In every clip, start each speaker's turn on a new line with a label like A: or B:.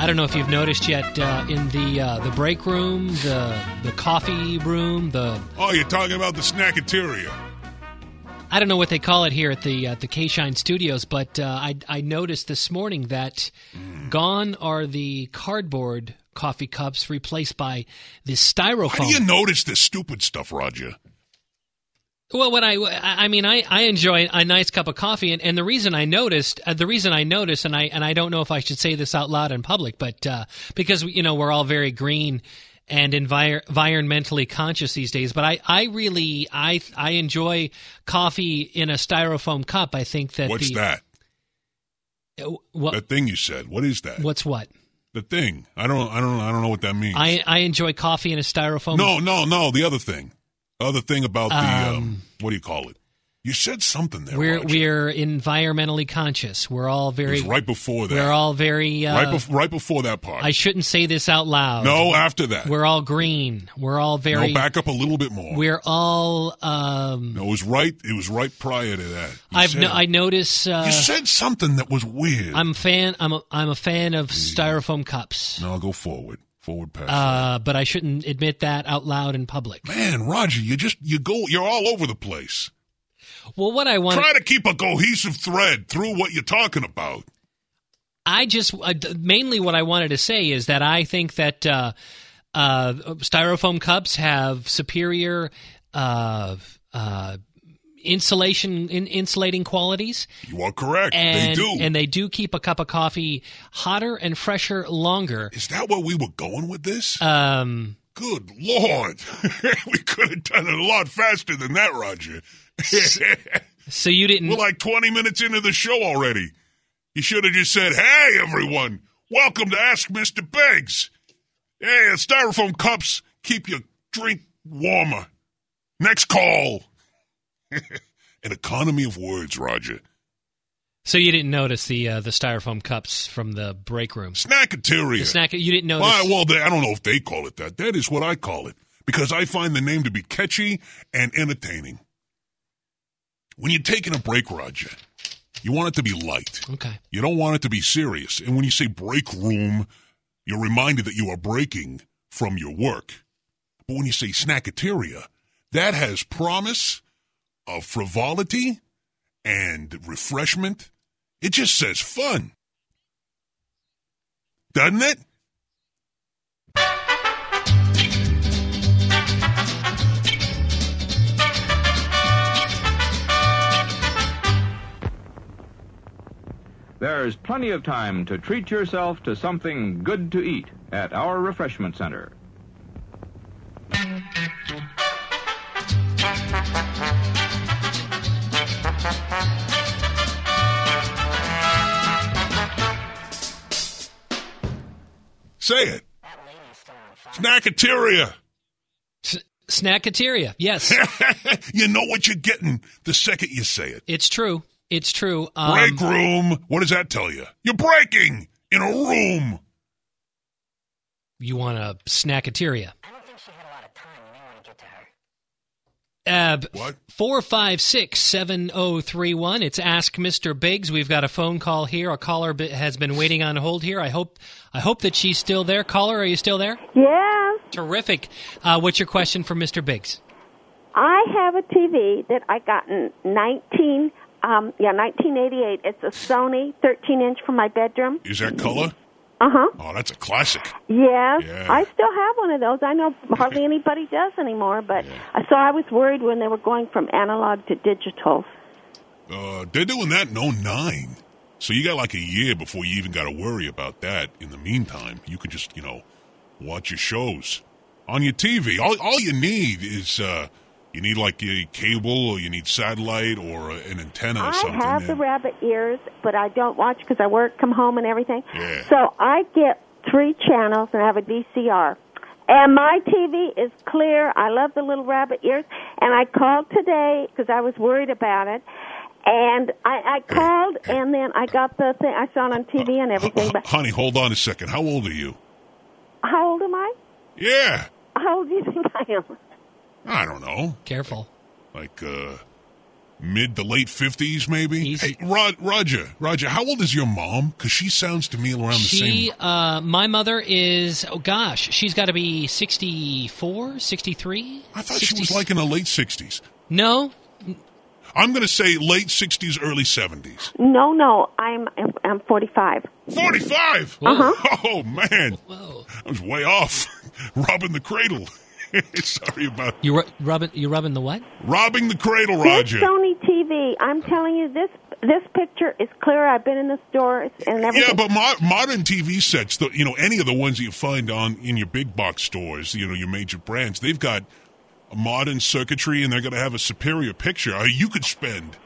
A: I don't know if you've noticed yet uh, in the uh, the break room, the the coffee room, the
B: Oh, you're talking about the snacketeria.
A: I don't know what they call it here at the uh, the K Shine Studios, but uh, I I noticed this morning that gone are the cardboard coffee cups replaced by the styrofoam.
B: How do you notice this stupid stuff, Roger?
A: Well, when I, I mean, I, I enjoy a nice cup of coffee, and, and the reason I noticed, uh, the reason I noticed, and I and I don't know if I should say this out loud in public, but uh, because you know we're all very green and envir- environmentally conscious these days, but I, I really, I, I enjoy coffee in a styrofoam cup. I think that
B: What's
A: the,
B: that?
A: Uh, wha-
B: That thing you said. What is that?
A: what's what?
B: The thing. I don't. I don't. I don't know what that means.
A: I, I enjoy coffee in a styrofoam.
B: no, no, no. The other thing. Other thing about the. Um,
A: Um,
B: what do you call it? You said something there.
A: we're
B: Roger.
A: we're environmentally conscious. We're all
B: It
A: very,
B: was right before that.
A: we're all very. Uh,
B: right, bef- right before that part.
A: I shouldn't say this out loud.
B: no, after that.
A: We're all green. We're all very.
B: no, back up a little bit more.
A: We're all. Um,
B: no, it was right. It was right prior to that. You
A: I've
B: said,
A: no, I notice. Uh,
B: you said something that was weird.
A: I'm fan. I'm a, I'm a fan of
B: Mm.
A: styrofoam cups.
B: no, go forward. Forward pass.
A: Uh, but I shouldn't admit that out loud in public.
B: Man, Roger, you just you go. You're all over the place.
A: Well, what I want,
B: Try to keep a cohesive thread through what you're talking about.
A: I just uh, d- mainly what I wanted to say is that I think that uh, uh, styrofoam cups have superior uh, uh, insulation in, insulating qualities.
B: You are correct.
A: and
B: they do.
A: and they do keep a cup of coffee hotter and fresher longer.
B: Is that where we were going with this?
A: Um,
B: Good Lord. we could have done it a lot faster than that, Roger.
A: so you didn't.
B: we're like 20 minutes into the show already. You should have just said, Hey, everyone, welcome to Ask Mr. Beggs. Hey, styrofoam cups keep your drink warmer. Next call. An economy of words, Roger.
A: so you didn't notice the uh, the styrofoam cups from the break room.
B: Snacketeria.
A: The snack. You didn't notice.
B: Why, well, they, I don't know if they call it that. That is what I call it because I find the name to be catchy and entertaining. When you're taking a break, Roger, you want it to be light.
A: okay.
B: You don't want it to be serious. And when you say break room, you're reminded that you are breaking from your work. But when you say snacketeria, that has promise of frivolity and refreshment. It just says fun. Doesn't it?
C: There's plenty of time to treat yourself to something good to eat at our refreshment center.
B: Say it. Snacketeria.
A: S- snackateria. Yes,
B: you know what you're getting the second you say it.
A: it's true. It's true. Um,
B: Break room. What does that tell you? You're breaking in a room.
A: You want a snackateria? Uh, b-
B: What?
A: Four five six seven zero three one. It's Ask Mr. Biggs. We've got a phone call here. A caller b- has been waiting on hold here. I hope, I hope that she's still there. Caller, are you still there?
D: Yeah,
A: Terrific. Uh, what's your question for Mr. Biggs?
D: I have a TV that I got in nineteen, um, yeah, nineteen eighty-eight. It's a Sony thirteen inch for my bedroom.
B: Is that color?
D: Uh huh.
B: Oh, that's a classic.
D: Yes,
B: Yeah.
D: I still have one of those. I know hardly anybody does anymore, but so I was worried when they were going from analog to digital.
B: Uh, they're doing that in 09. So you got like a year before you even got to worry about that. In the meantime, you could just, you know, watch your shows on your TV. All, all you need is, uh, you need like a cable or you need satellite or uh, an antenna or
D: I
B: something.
D: have the
B: and-
D: rabbit ears, but I don't watch because I work, come home, and everything.
B: Yeah.
D: So I get three channels and I have a VCR. And my TV is clear. I love the little rabbit ears. And I called today because I was worried about it. And I, I called, and then I got the thing I saw it on TV and everything.
B: H-
D: But
B: honey, hold on a second. How old are you?
D: how old am I?
B: Yeah.
D: How old do you think I am?
B: I don't know.
A: Careful.
B: Like, uh, mid to late 50s, maybe?
A: He's-
B: Hey, Rod, Roger, Roger, how old is your mom? Because she sounds to me around the
A: She,
B: same.
A: uh, my mother is, oh gosh, she's got to be 64, 63?
B: I thought she was like in the late 60s.
A: No,
B: I'm going to say late 60s, early 70s.
D: No, no, I'm I'm 45.
B: 45!
D: Uh-huh.
B: Oh, man.
A: Whoa.
B: I was way off. Robbing the cradle. Sorry about
A: You ru- rubbing, you rubbing the what?
B: robbing the cradle, Roger.
D: This Sony TV, I'm telling you, this this picture is clear. I've been in the stores and everything.
B: Yeah, but mo- modern TV sets, the, you know, any of the ones that you find on in your big box stores, you know, your major brands, they've got modern circuitry, and they're going to have a superior picture. I mean, you could spend,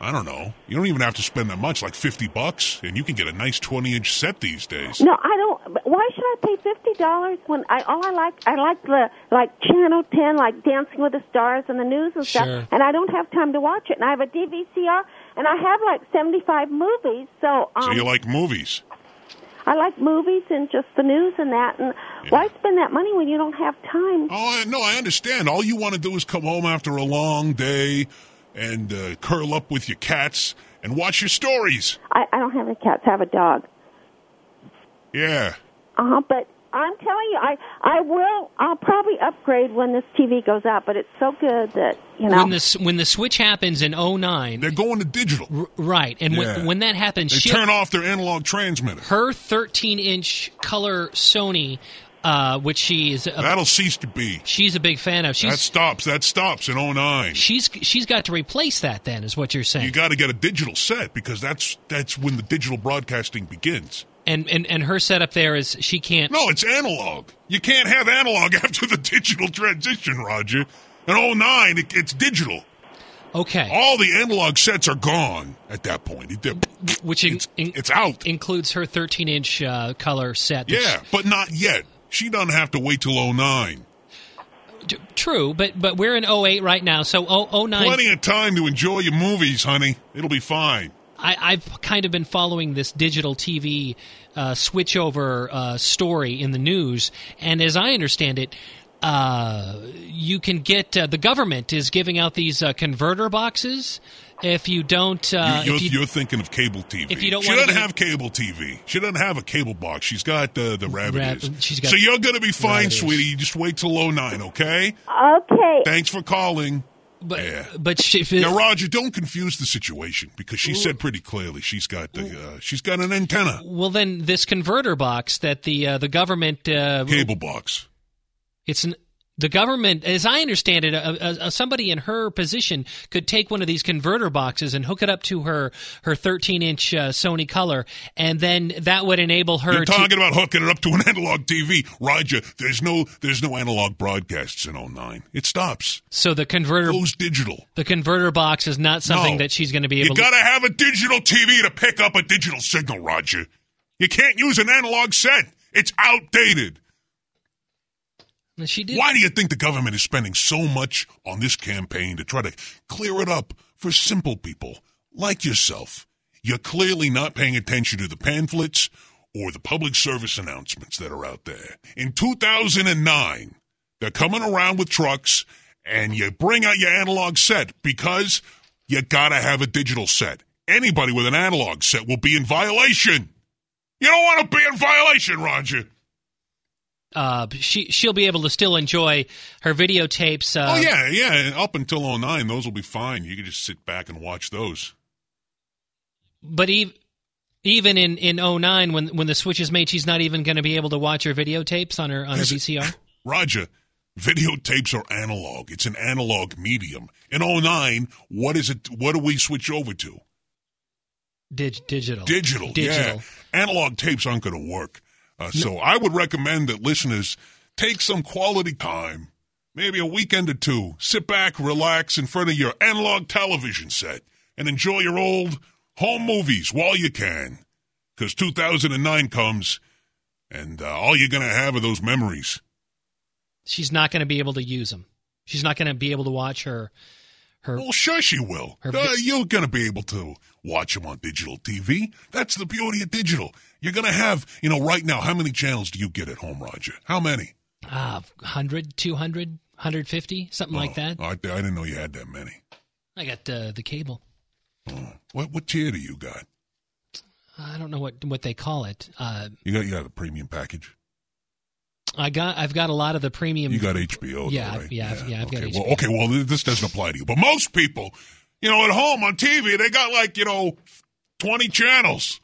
B: I don't know, you don't even have to spend that much, like fifty bucks, and you can get a nice twenty-inch set these days.
D: no, I don't. but Why should I pay fifty dollars when I all I like I like the like Channel Ten, like Dancing with the Stars and the news and
A: Sure.
D: stuff, and I don't have time to watch it. And I have a DVCR, and I have like seventy five movies. So, um,
B: So you like movies?
D: I like movies and just the news and that. And why spend that money when you don't have time?
B: Oh I, no, I understand. All you want to do is come home after a long day and uh, curl up with your cats and watch your stories.
D: I, I don't have any cats. I have a dog.
B: Yeah.
D: Uh, but I'm telling you, I I will. I'll probably upgrade when this TV goes out. But it's so good that you know.
A: When the, s- when the switch happens in 09,
B: They're going to digital.
A: r- right, and
B: Yeah.
A: when, when that happens,
B: They
A: she
B: turn off their analog transmitter.
A: her 13 inch color Sony, uh, which she is a,
B: That'll cease to be.
A: she's a big fan of. She's
B: That stops. That stops in 09.
A: she's she's got to replace that. Then is what you're saying.
B: You got to get a digital set because that's that's when the digital broadcasting begins.
A: and and and her setup there is she can't.
B: No, it's analog. You can't have analog after the digital transition, Roger. In 09, it, it's digital.
A: Okay,
B: All the analog sets are gone at that point. It- it-
A: which in,
B: it's,
A: in-
B: it's out.
A: includes her 13 inch uh, color set. that
B: Yeah, but not yet. She doesn't have to wait till 09.
A: she- t- true, but but we're in 08 right now, so oh, 09.
B: Plenty of time to enjoy your movies, honey. It'll be fine.
A: I, I've kind of been following this digital TV uh, switchover uh, story in the news, and as I understand it, uh, you can get uh, the government is giving out these uh, converter boxes if you don't. Uh,
B: you,
A: if
B: you're,
A: you-
B: are thinking of cable TV.
A: if you don't
B: she
A: wanna
B: doesn't
A: get-
B: have cable TV. She doesn't have a cable box. She's got uh, the rabbit
A: Rab-
B: ears.
A: she's got-
B: so you're going to be fine,
A: Rabbit ears.
B: sweetie. You just wait till 09, okay?
D: okay.
B: Thanks for calling.
A: but
B: yeah.
A: but sh- if
B: Now, Roger, don't confuse the situation because she said pretty clearly she's got the uh, she's got an antenna
A: well, then this converter box that the uh, the government uh,
B: cable box.
A: It's an, the government, as I understand it, a, a, a, somebody in her position could take one of these converter boxes and hook it up to her her 13 inch uh, Sony Color, and then that would enable her
B: You're
A: to.
B: talking about hooking it up to an analog TV, Roger. There's no there's no analog broadcasts in 09. It stops.
A: So the converter
B: Goes digital.
A: the converter box is not something
B: No.
A: that she's going to be
B: You
A: able. to...
B: gotta have a digital TV to pick up a digital signal, Roger. You can't use an analog set. It's outdated.
A: And She did.
B: Why do you think the government is spending so much on this campaign to try to clear it up for simple people like yourself? You're clearly not paying attention to the pamphlets or the public service announcements that are out there. In 2009, they're coming around with trucks and you bring out your analog set because you gotta have a digital set. Anybody with an analog set will be in violation. You don't want to be in violation, Roger.
A: Uh, she she'll be able to still enjoy her videotapes. Uh,
B: oh yeah, yeah. Up until 09, those will be fine. You can just sit back and watch those.
A: But ev- even in in 09, when when the switch is made, she's not even going to be able to watch her videotapes on her on her
B: Is it-
A: VCR.
B: Roger, videotapes are analog. It's an analog medium. In 09, what is it? What do we switch over to?
A: Dig- digital.
B: Digital.
A: Digital.
B: Yeah. Analog tapes aren't going to work. Uh, So I would recommend that listeners take some quality time, maybe a weekend or two, sit back, relax in front of your analog television set, and enjoy your old home movies while you can. Because 2009 comes, and uh, all you're going to have are those memories.
A: she's not going to be able to use them. She's not going to be able to watch her. Her
B: Well, sure she will.
A: Her
B: Uh, you're going to be able to watch them on digital TV. That's the beauty of digital. You're going to have, you know, right now, how many channels do you get at home, Roger? How many?
A: uh, 100, 200, 150, something like
B: Oh,
A: that.
B: I, I didn't know you had that many. Oh,
A: I got uh, the cable.
B: What what tier do you got?
A: I don't know what what they call it. Uh,
B: You got you got the premium package.
A: I got I've got a lot of the premium.
B: You got
A: Yeah,
B: HBO. though,
A: I've-
B: right?
A: yeah, I've- yeah, I've
B: okay.
A: got
B: well,
A: HBO.
B: okay. Well, th- this doesn't apply to you, but most people, you know, at home on TV, they got like you know, twenty channels.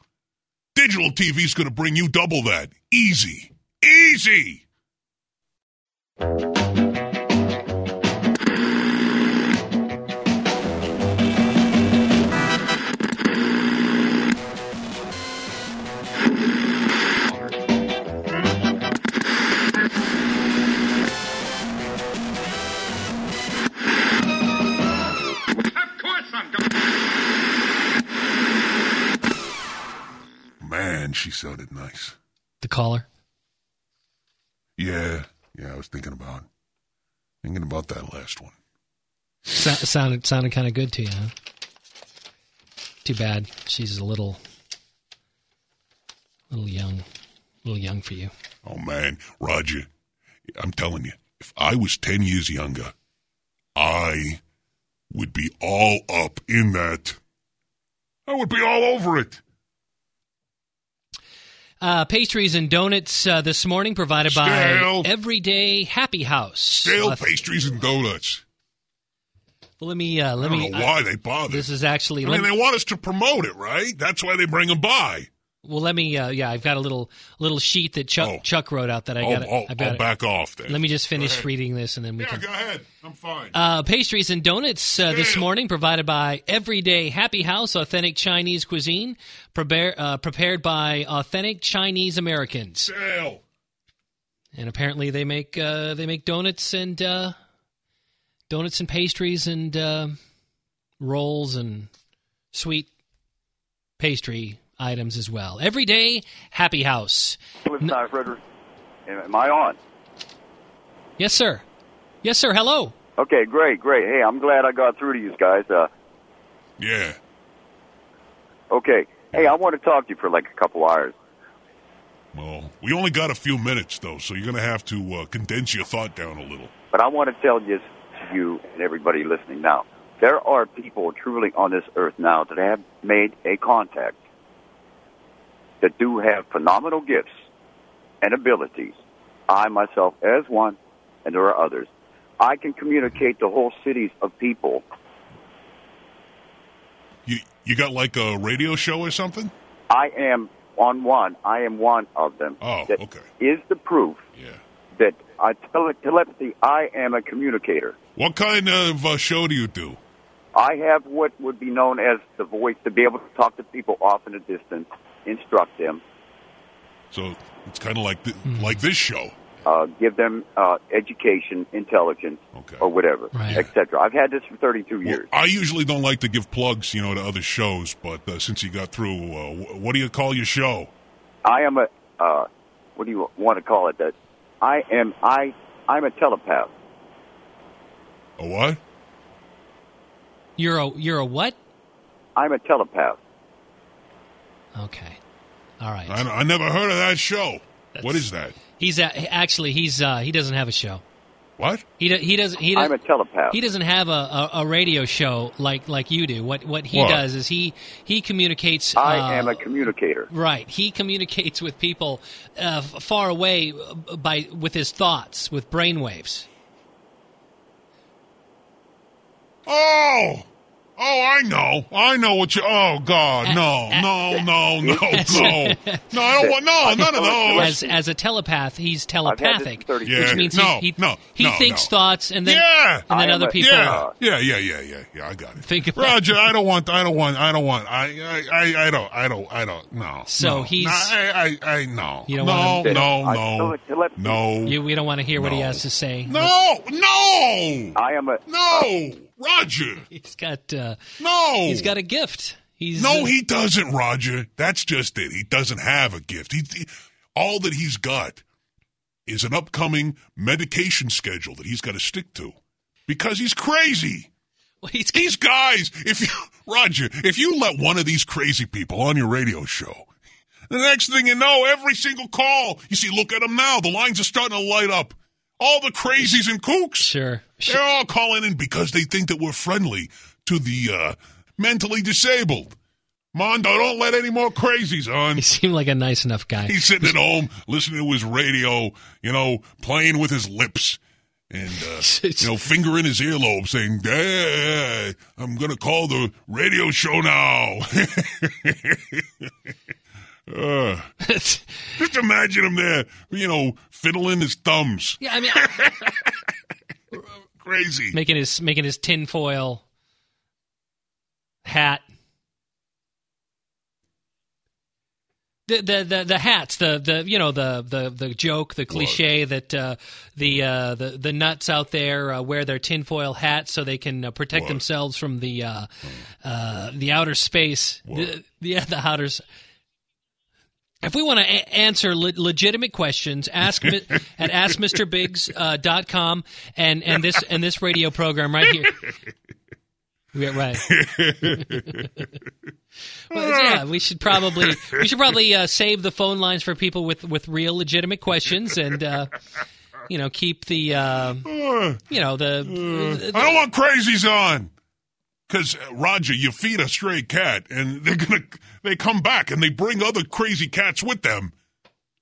B: Digital TV's going to bring you double that. Easy, easy.
E: Of course I'm going.
B: Man, she sounded nice.
A: the caller.
B: Yeah, yeah. I was thinking about thinking about that last one.
A: So, sounded sounded kind of good to you. Huh? Too bad she's a little little young, a little young for you.
B: Oh man, Roger, I'm telling you, if I was 10 years younger, I would be all up in that. I would be all over it.
A: Uh, pastries and donuts uh, this morning provided
B: Stale.
A: by Everyday Happy House.
B: Stale
A: Uh,
B: pastries and donuts.
A: well, let me uh,
B: I
A: let
B: don't
A: me.
B: know
A: I-
B: why they bother.
A: this is actually.
B: I
A: let
B: mean,
A: me-
B: they want us to promote it, right? That's why they bring them by.
A: well, let me. Uh, yeah, I've got a little little sheet that Chuck
B: Oh.
A: Chuck wrote out that I
B: I'll,
A: got.
B: I'll,
A: I've
B: I'll
A: got. it.
B: back off then.
A: Let me just
B: Go
A: finish
B: ahead.
A: reading this, and then we
B: Yeah,
A: can.
B: go ahead. I'm fine.
A: Uh, pastries and donuts uh, this
B: Stale.
A: morning provided by Everyday Happy House, authentic Chinese cuisine, prepare, uh, prepared by authentic Chinese Americans.
B: Stale.
A: And apparently, they make uh, they make donuts and uh, donuts and pastries and uh, rolls and sweet pastry items as well. Everyday Happy House.
F: Cliffside, Frederick. Am am I on?
A: Yes, sir. Yes, sir. Hello.
F: Okay, great, great. Hey, I'm glad I got through to you guys. Uh,
B: Yeah.
F: okay. Hey, I want to talk to you for like a couple hours.
B: Well, we only got a few minutes, though, so you're going to have to uh, condense your thought down a little.
F: But I want to tell this to you and everybody listening now. There are people truly on this earth now that have made a contact that do have phenomenal gifts and abilities. I myself as one, and there are others. I can communicate to whole cities of people.
B: You you got like a radio show or something?
F: I am on one. I am one of them.
B: Oh,
F: that
B: okay.
F: Is the proof
B: Yeah.
F: that I tele- telepathy, I am a communicator.
B: What kind of uh, show do you do?
F: I have what would be known as the voice to be able to talk to people off in the distance, instruct them,
B: So it's kind of like th- like this show.
F: uh, give them uh, education, intelligence,
B: Okay.
F: or whatever,
A: Right.
F: etc. I've had this for 32
B: Well,
F: years.
B: I usually don't like to give plugs, you know, to other shows, but uh, since you got through, uh, wh- what do you call your show?
F: I am a, uh, what do you want to call it? That I am I I'm a telepath.
B: A what?
A: You're a you're a what?
F: I'm a telepath.
A: Okay. All right.
B: I, I never heard of that show. What is that?
A: He's a, actually he's uh, he doesn't have a show.
B: What?
A: He do, he doesn't he
F: I'm a
A: doesn't
F: telepath.
A: he doesn't have a, a, a radio show like like you do. What what he
B: What?
A: does is he he communicates.
F: I
A: uh,
F: am a communicator.
A: Right, he communicates with people uh, f- far away uh, by with his thoughts, with brainwaves.
B: Oh, oh, I know, I know what you. Oh God, no, no, no, no, no, no. I don't want no, none of those.
A: As as a telepath, he's
F: I've had this
A: telepathic,
F: for 32
B: Yeah.
F: years.
A: which means
B: No,
A: he he,
B: no,
A: he
B: no,
A: thinks
B: no.
A: thoughts and then
B: Yeah.
A: and then
F: I am
A: other
F: a-
A: people.
B: Yeah, yeah, yeah, yeah, yeah, yeah. I got it.
A: Think about
B: Roger. I don't want. I don't want. I don't want. I. I. I, I don't. I don't. I don't. No.
A: So
B: no,
A: he's-
B: No, I. I. I no.
A: You don't
B: no,
A: want him-
F: I
B: no.
F: feel it- let-
B: No. No.
A: You, we don't want to hear what he
B: No.
A: has to say.
B: No. No.
F: I am a
B: No. Roger.
A: He's got uh,
B: No.
A: he's got a gift. He's
B: No,
A: uh,
B: he doesn't, Roger. That's just it. He doesn't have a gift. He, he- all that he's got is an upcoming medication schedule that he's got to stick to because he's crazy.
A: he's
B: These guys, if you, Roger, if you let one of these crazy people on your radio show, the next thing you know, every single call, you see, look at them now. The lines are starting to light up. All the crazies and kooks,
A: sure. sure.
B: they're all calling in because they think that we're friendly to the uh, mentally disabled. Mondo, don't let any more crazies on.
A: He seemed like a nice enough guy.
B: He's sitting at home listening to his radio, you know, playing with his lips and, uh, you know, finger in his earlobe saying, hey, I'm going to call the radio show now. uh, just imagine him there, you know, fiddling his thumbs.
A: yeah, I mean,
B: Crazy.
A: making his making his tinfoil hat. The, the the the hats the the you know the the the joke the cliche that uh, the uh, the the nuts out there uh, wear their tinfoil hats so they can uh, protect
B: What?
A: themselves from the uh, uh, the outer space the,
B: What?
A: yeah the outer s- if we want to a- answer le- legitimate questions, ask mi- at askmrbiggs.com uh, dot com and and this and this radio program right here. Yeah, right. well, yeah, we should probably we should probably uh, save the phone lines for people with with real legitimate questions and uh, you know keep the uh,
B: Uh,
A: you know the
B: I don't want crazies on. Because Roger, you feed a stray cat, and they're gonna they come back and they bring other crazy cats with them.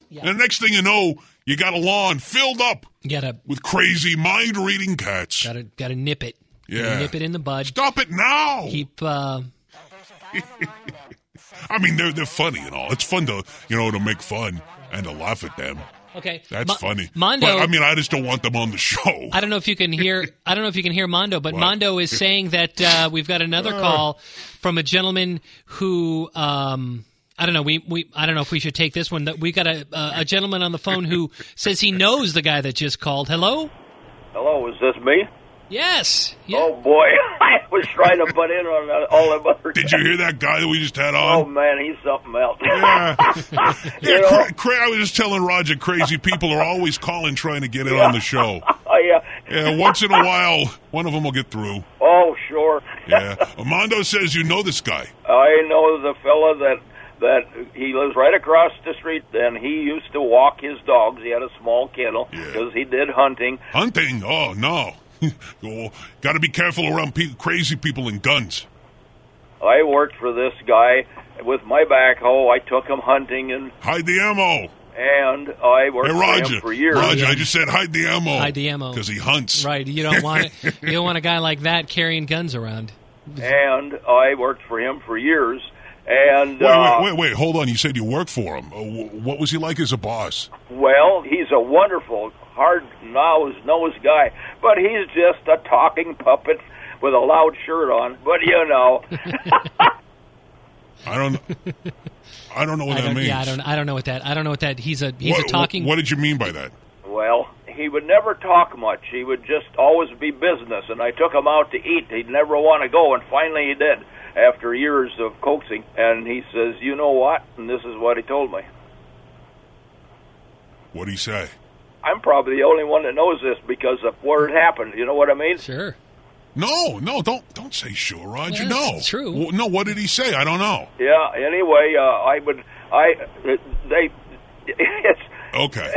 A: Yeah.
B: And the next thing you know, you got a lawn filled up
A: got to
B: with crazy mind reading cats.
A: got to got to nip it. Gotta
B: Yeah.
A: nip it in the bud.
B: Stop it now!
A: Keep uh,
B: I mean, they're they're funny and all. It's fun to you know to make fun and to laugh at them.
A: okay.
B: That's
A: Mo-
B: funny.
A: Mondo.
B: but I mean, I just don't want them on the show.
A: I don't know if you can hear. I don't know if you can hear Mondo, but
B: What? Oh.
A: Mondo is saying that uh, we've got another call from a gentleman who um, I don't know. We, we I don't know if we should take this one. That we got a uh, a gentleman on the phone who says he knows the guy that just called. Hello.
G: Hello, is this me?
A: Yes. Yeah.
G: Oh boy, I was trying to butt in on uh, all them other.
B: Did you hear that guy that we just had
G: Oh
B: on?
G: man, he's something else.
B: yeah, yeah.
G: You know?
B: Cra- cra- I was just telling Roger, crazy people are always calling trying to get in on the show.
G: oh yeah.
B: Yeah, once in a while, one of them will get through.
G: Oh sure.
B: Yeah, Armando says you know this guy.
G: I know the fella that that he lives right across the street, and he used to walk his dogs. He had a small kennel
B: Yeah.
G: because he did hunting.
B: Hunting? Oh no, got to be careful around pe- crazy people and guns.
G: I worked for this guy with my backhoe. I took him hunting, and
B: Hide the ammo.
G: and I worked
B: Hey,
G: for
B: Roger.
G: him for years.
B: Roger, I just said hide the ammo.
A: Hide the ammo.
B: Because he hunts.
A: Right. You don't want it. You don't want a guy like that carrying guns around.
G: And I worked for him for years. And
B: Wait,
G: uh,
B: wait, wait, wait. Hold on. You said you worked for him. Uh, wh- what was he like as a boss?
G: Well, he's a wonderful, hard nose nose guy, but he's just a talking puppet with a loud shirt on. But you know,
B: I don't. I don't know what
A: I
B: that
A: don't,
B: means.
A: yeah. I don't. I don't know what that. I don't know what that. He's a. He's
B: what,
A: a talking.
B: What, did you mean by that?
G: well, he would never talk much. He would just always be business. And I took him out to eat. He'd never want to go, and finally he did after years of coaxing. And he says, "You know what?" And this is what he told me.
B: What did he say?
G: I'm probably the only one that knows this because of where it happened. You know what I mean?
A: Sure.
B: No, no. Don't don't say sure, Roger.
A: Yeah,
B: no.
A: it's true.
B: W- no. What did he say? I don't know.
G: Yeah. Anyway, uh, I would. I uh, they. It's
B: Okay.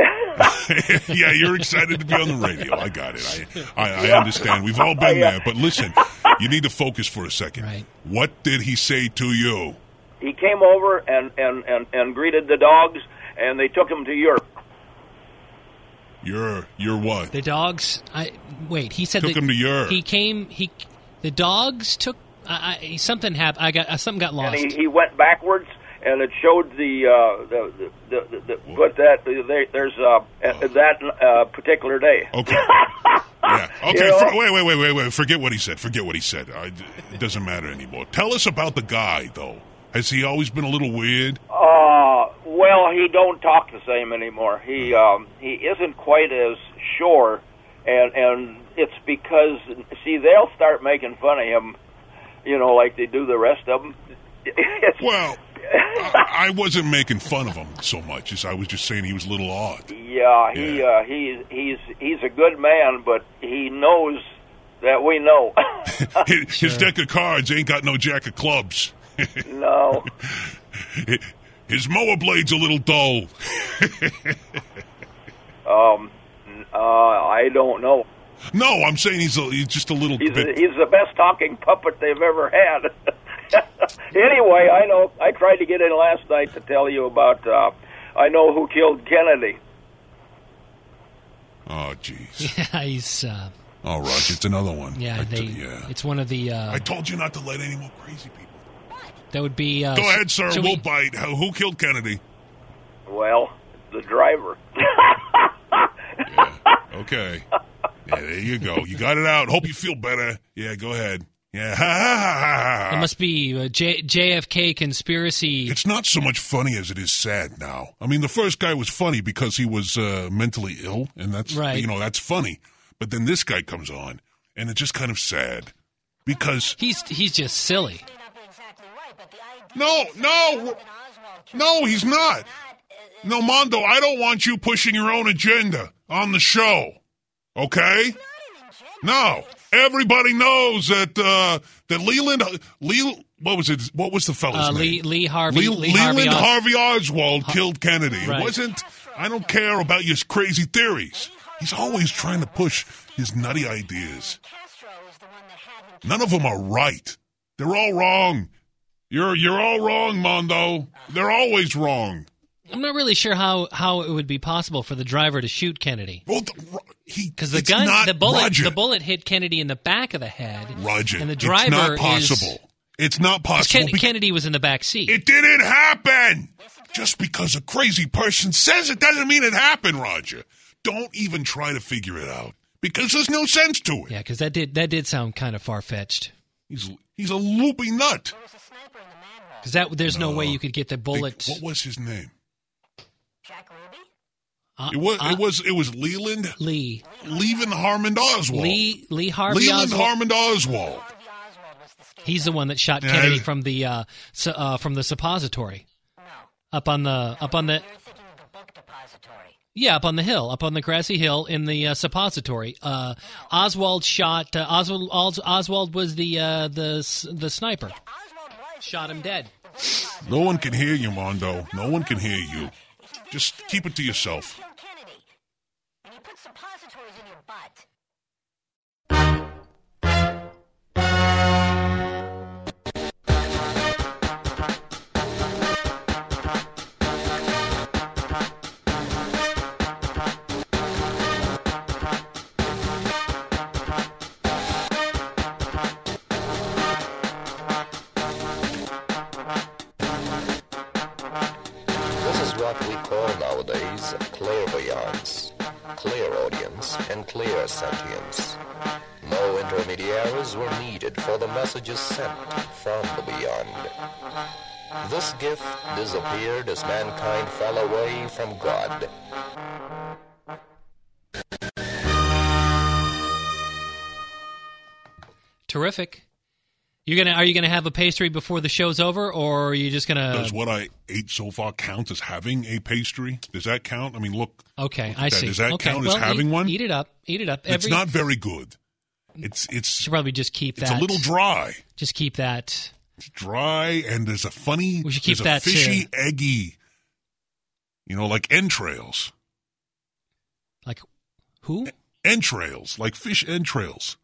B: yeah, you're excited to be on the radio. I got it. I, I, I understand. We've all been there. But listen, you need to focus for a second.
A: Right.
B: What did he say to you?
G: he came over and, and, and, and greeted the dogs, and they took him to Europe.
B: You're you're what?
A: The dogs. I wait. He said
B: Took
A: that
B: him to Europe.
A: He came. He the dogs took. I, I, something happened. I got uh, something got
G: And
A: lost.
G: he, he went backwards, and it showed the uh, the, the, the, the but that they, there's uh, uh, that uh, particular day.
B: Okay. Yeah. Okay.
G: know?
B: For, wait, wait, wait, wait, wait. Forget what he said. Forget what he said. I, it doesn't matter anymore. Tell us about the guy, though. Has he always been a little weird?
G: Uh, well, he don't talk the same anymore. He um, he isn't quite as sure, and and it's because see they'll start making fun of him, you know, like they do the rest of them. It's,
B: Well, I, I wasn't making fun of him so much as I was just saying he was a little odd.
G: Yeah, he
B: Yeah.
G: Uh, he's he's he's a good man, but he knows that we know.
B: His, his deck of cards ain't got no jack of clubs.
G: no,
B: His mower blade's a little dull.
G: uh, I don't know.
B: No, I'm saying he's, a, he's just a little
G: He's,
B: bit.
G: he's the best talking puppet they've ever had. anyway, I know I tried to get in last night to tell you about. Uh, I know who killed Kennedy.
B: oh, jeez.
A: Yeah, he's uh,
B: All right, it's another one.
A: yeah,
B: I
A: they,
B: t- yeah.
A: It's one of the uh,
B: I told you not to let any more crazy people.
A: that would be. Uh,
B: Go ahead, sir.
A: should
B: We'll
A: we-
B: bite. Who who killed Kennedy?
G: Well, the driver.
B: Yeah. Okay. Yeah, there you go. You got it out. Hope you feel better. Yeah, go ahead. Yeah. Ha, ha, ha, ha,
A: It
B: ha.
A: must be uh, J- JFK conspiracy.
B: It's not so much funny as it is sad now. I mean, the first guy was funny because he was uh, mentally ill, and that's
A: Right.
B: you know that's funny. But then this guy comes on, and it's just kind of sad because
A: He's he's just silly.
B: no, no, no, he's not. No, Mondo, I don't want you pushing your own agenda on the show. Okay? No, everybody knows that uh, that Leland Lee. What was it? What was the fella's
A: Uh,
B: name?
A: Lee Lee Harvey.
B: Le-
A: Lee Harvey
B: Leland
A: Os-
B: Harvey, Oswald killed Kennedy.
A: Right.
B: It wasn't. I don't care about your crazy theories. He's always trying to push his nutty ideas. None of them are right. They're all wrong. You're you're all wrong, Mondo. They're always wrong.
A: I'm not really sure how how it would be possible for the driver to shoot Kennedy
B: Well, the, he
A: because the
B: it's
A: gun,
B: not
A: the bullet,
B: Roger.
A: the bullet hit Kennedy in the back of the head.
B: Roger.
A: and the
B: it's
A: driver
B: not
A: is-
B: possible. it's not possible.
A: Ken-
B: because-
A: Kennedy was in the back seat.
B: It didn't happen. Just because a crazy person says it doesn't mean it happened, Roger. Don't even try to figure it out because there's no sense to it.
A: yeah, because that did that did sound kind of far fetched.
B: He's he's a loopy nut.
A: Because that there's no.
B: No.
A: way you could get the bullet.
B: Think- what was his name?
A: uh,
B: It was
A: uh,
B: it was it was Leland
A: Lee
B: Levin Harmon Oswald.
A: Lee Lee Harvey.
B: Leland
A: Oswald.
B: Harmon Oswald.
A: He's the one that shot
B: Yeah,
A: Kennedy
B: I-
A: from the uh, su- uh, from the suppository. Up on the up on the yeah, up on the hill, up on the grassy hill in the uh, suppository. Uh, Oswald shot. Uh, Oswald Os- Oswald was the uh, the s- the sniper. Shot him dead.
B: No one can hear you, Mondo. No one can hear you. Just keep it to yourself.
H: This is what we call nowadays clairvoyance, clear audience, and clear sentience. No intermediaries were needed for the messages sent from the beyond. This gift disappeared as mankind fell away from God.
A: Terrific. You're gonna are you gonna have a pastry before the show's over, or are you just gonna?
B: Does what I ate so far count as having a pastry? Does that count? I mean, look,
A: Okay, I
B: that.
A: see.
B: Does that
A: okay,
B: count as
A: well,
B: having
A: eat,
B: one?
A: Eat it up. Eat it up.
B: it's
A: Every-
B: not very good. It's it's
A: Should probably just keep
B: It's
A: that.
B: a little dry.
A: Just keep that.
B: It's dry, and there's a funny,
A: We should keep
B: there's
A: that,
B: a fishy, eggy, you know, like entrails.
A: Like who?
B: Entrails, like fish entrails.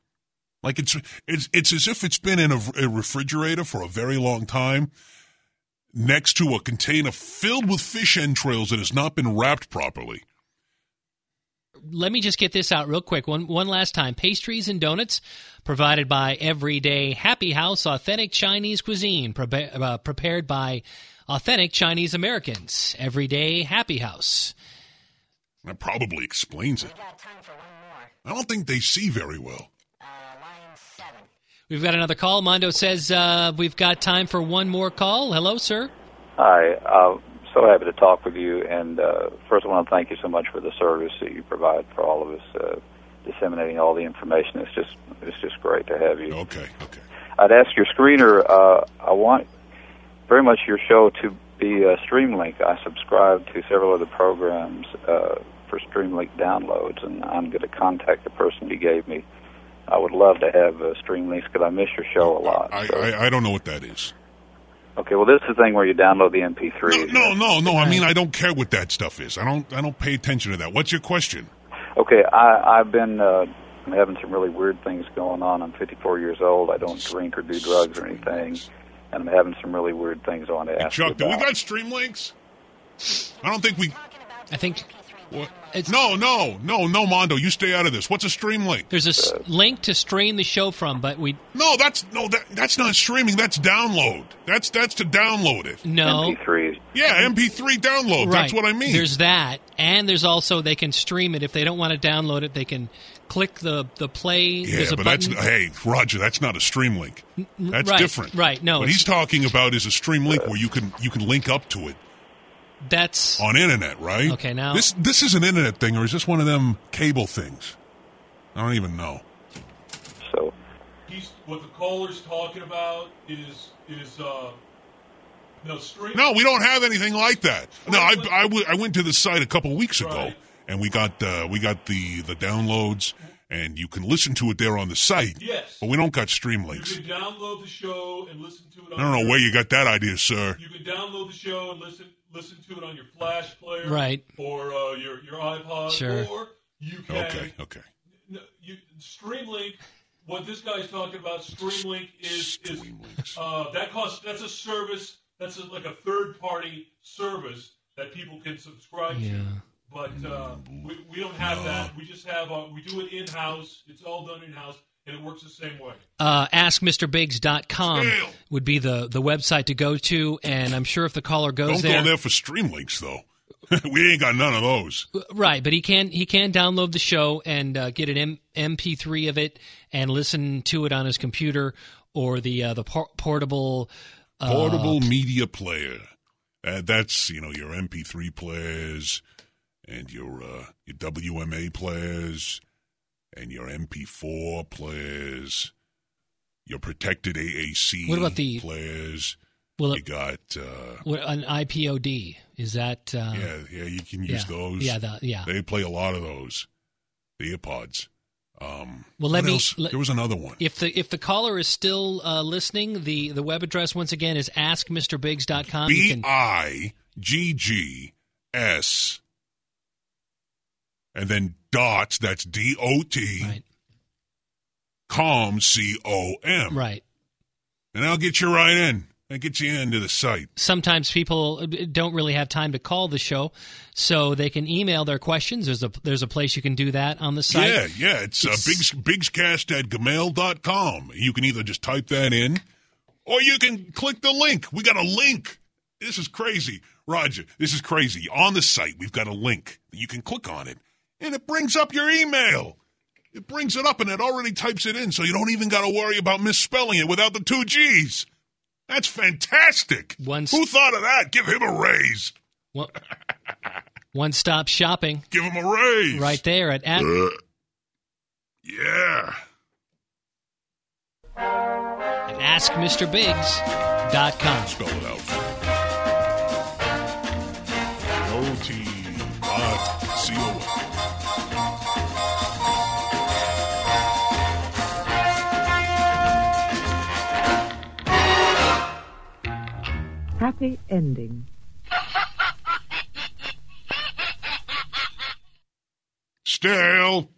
B: Like it's it's it's as if it's been in a, a refrigerator for a very long time, next to a container filled with fish entrails that has not been wrapped properly.
A: let me just get this out real quick one one last time pastries and donuts provided by everyday happy house authentic chinese cuisine prepa- uh, prepared by authentic chinese americans everyday happy house
B: That probably explains it. I don't think they see very well.
A: we've got another call mondo says uh, we've got time for one more call hello sir
I: Hi, uh, so happy to talk with you. And uh, first, I want to thank you so much for the service that you provide for all of us, uh, disseminating all the information. It's just it's just great to have you.
B: Okay, okay.
I: I'd ask your screener. Uh, I want very much your show to be uh, Streamlink. I subscribe to several other programs uh, for Streamlink downloads, and I'm going to contact the person you gave me. I would love to have uh, Streamlinks because I miss your show a lot.
B: I,
I: So-
B: I I don't know what that is.
I: okay, well, this is the thing where you download the MP3.
B: No, no, no, no. I mean, I don't care what that stuff is. I don't. I don't pay attention to that. What's your question?
I: Okay, I, I've been uh, I'm having some really weird things going on. I'm 54 years old. I don't drink or do drugs or anything, and I'm having some really weird things on to ask.
B: Chuck,
I: you
B: do we
I: about.
B: got stream links? I don't think we.
A: I think
B: What?
A: It's-
B: No, no, no, no, Mondo, you stay out of this. What's a stream link?
A: there's a s- link to strain the show from, but we
B: No, that's no, that that's not streaming. That's download. That's that's to download it.
A: no.
I: MP3s?
B: Yeah, MP3 download. That's
A: Right.
B: what I mean.
A: There's that, and there's also they can stream it if they don't want to download it. They can click the the play.
B: yeah,
A: there's a
B: but that's
A: button.
B: hey Roger, that's not a stream link. That's
A: right,
B: different.
A: right, no,
B: what
A: it's-
B: he's talking about is a stream link where you can you can link up to it
A: That's
B: on internet, right?
A: Okay, now-
B: this this is an internet thing, or is this one of them cable things? I don't even know.
I: So
J: He's what the caller's talking about is is uh no stream.
B: No, we don't have anything like that. No, I, I, w- I went to the site a couple weeks ago,
J: Right.
B: and we got uh, we got the the downloads, and you can listen to it there on the site.
J: Yes.
B: but we don't got stream
J: You
B: links.
J: can download the show and listen to it. On
B: I don't know
J: your,
B: where you got that idea, sir.
J: You can download the show and listen listen to it on your Flash player,
A: Right.
J: Or uh, your your iPod,
A: Sure.
J: or you can
B: Okay, okay.
J: No, you, Streamlink. What this guy's talking about, Streamlink is is
B: Stream links.
J: uh, that costs. That's a service. That's a, like a third party service that people can subscribe to.
A: Yeah.
J: But uh, we, we don't have that. We just have uh, we do it in house. It's all done in house, and it works the same way.
A: uh, askmrbiggs.com
B: Still.
A: would be the, the website to go to, and I'm sure if the caller goes
B: Don't go there for stream links, though. we ain't got none of those.
A: right? But he can he can download the show and uh, get an M- MP3 of it and listen to it on his computer or the uh, the por- portable. Uh,
B: Portable media player. Uh, that's you know your MP3 players, and your uh, your WMA players, and your MP4 players, your protected AAC
A: What about the-
B: players.
A: Will
B: you
A: it,
B: got uh,
A: will- an IPOD is that? Uh,
B: yeah yeah you can
A: yeah,
B: use those.
A: Yeah, the, yeah.
B: they play a lot of those. The earpods. Um,
A: Well, let
B: what
A: me-
B: else?
A: let-
B: there was another one.
A: If the if the caller is still uh, listening, the, the web address once again is askmrbiggs.com. You
B: B
A: can
B: I G G S. And then dots, that's D O T,
A: right,
B: com, C O M.
A: right.
B: And I'll get you right in. I'll get you into the site.
A: Sometimes people uh, don't really have time to call the show, so they can email their questions. There's a there's a place you can do that on the site.
B: Yeah, yeah. It's,
A: It's-
B: uh, bigs, bigscast at gmail.com. You can either just type that in or you can click the link. We got a link. This is crazy. Roger, this is crazy. On the site, we've got a link. You can click on it and it brings up your email. It brings it up and it already types it in, so you don't even got to worry about misspelling it without the two G's. That's fantastic.
A: Once-
B: Who thought of that? Give him a raise.
A: One, one stop shopping
B: Give him a raise.
A: right there at, at
B: Uh, yeah.
A: at askmrbiggs.com.
B: Spell it out. O T I C O.
K: Happy ending.
B: Stale.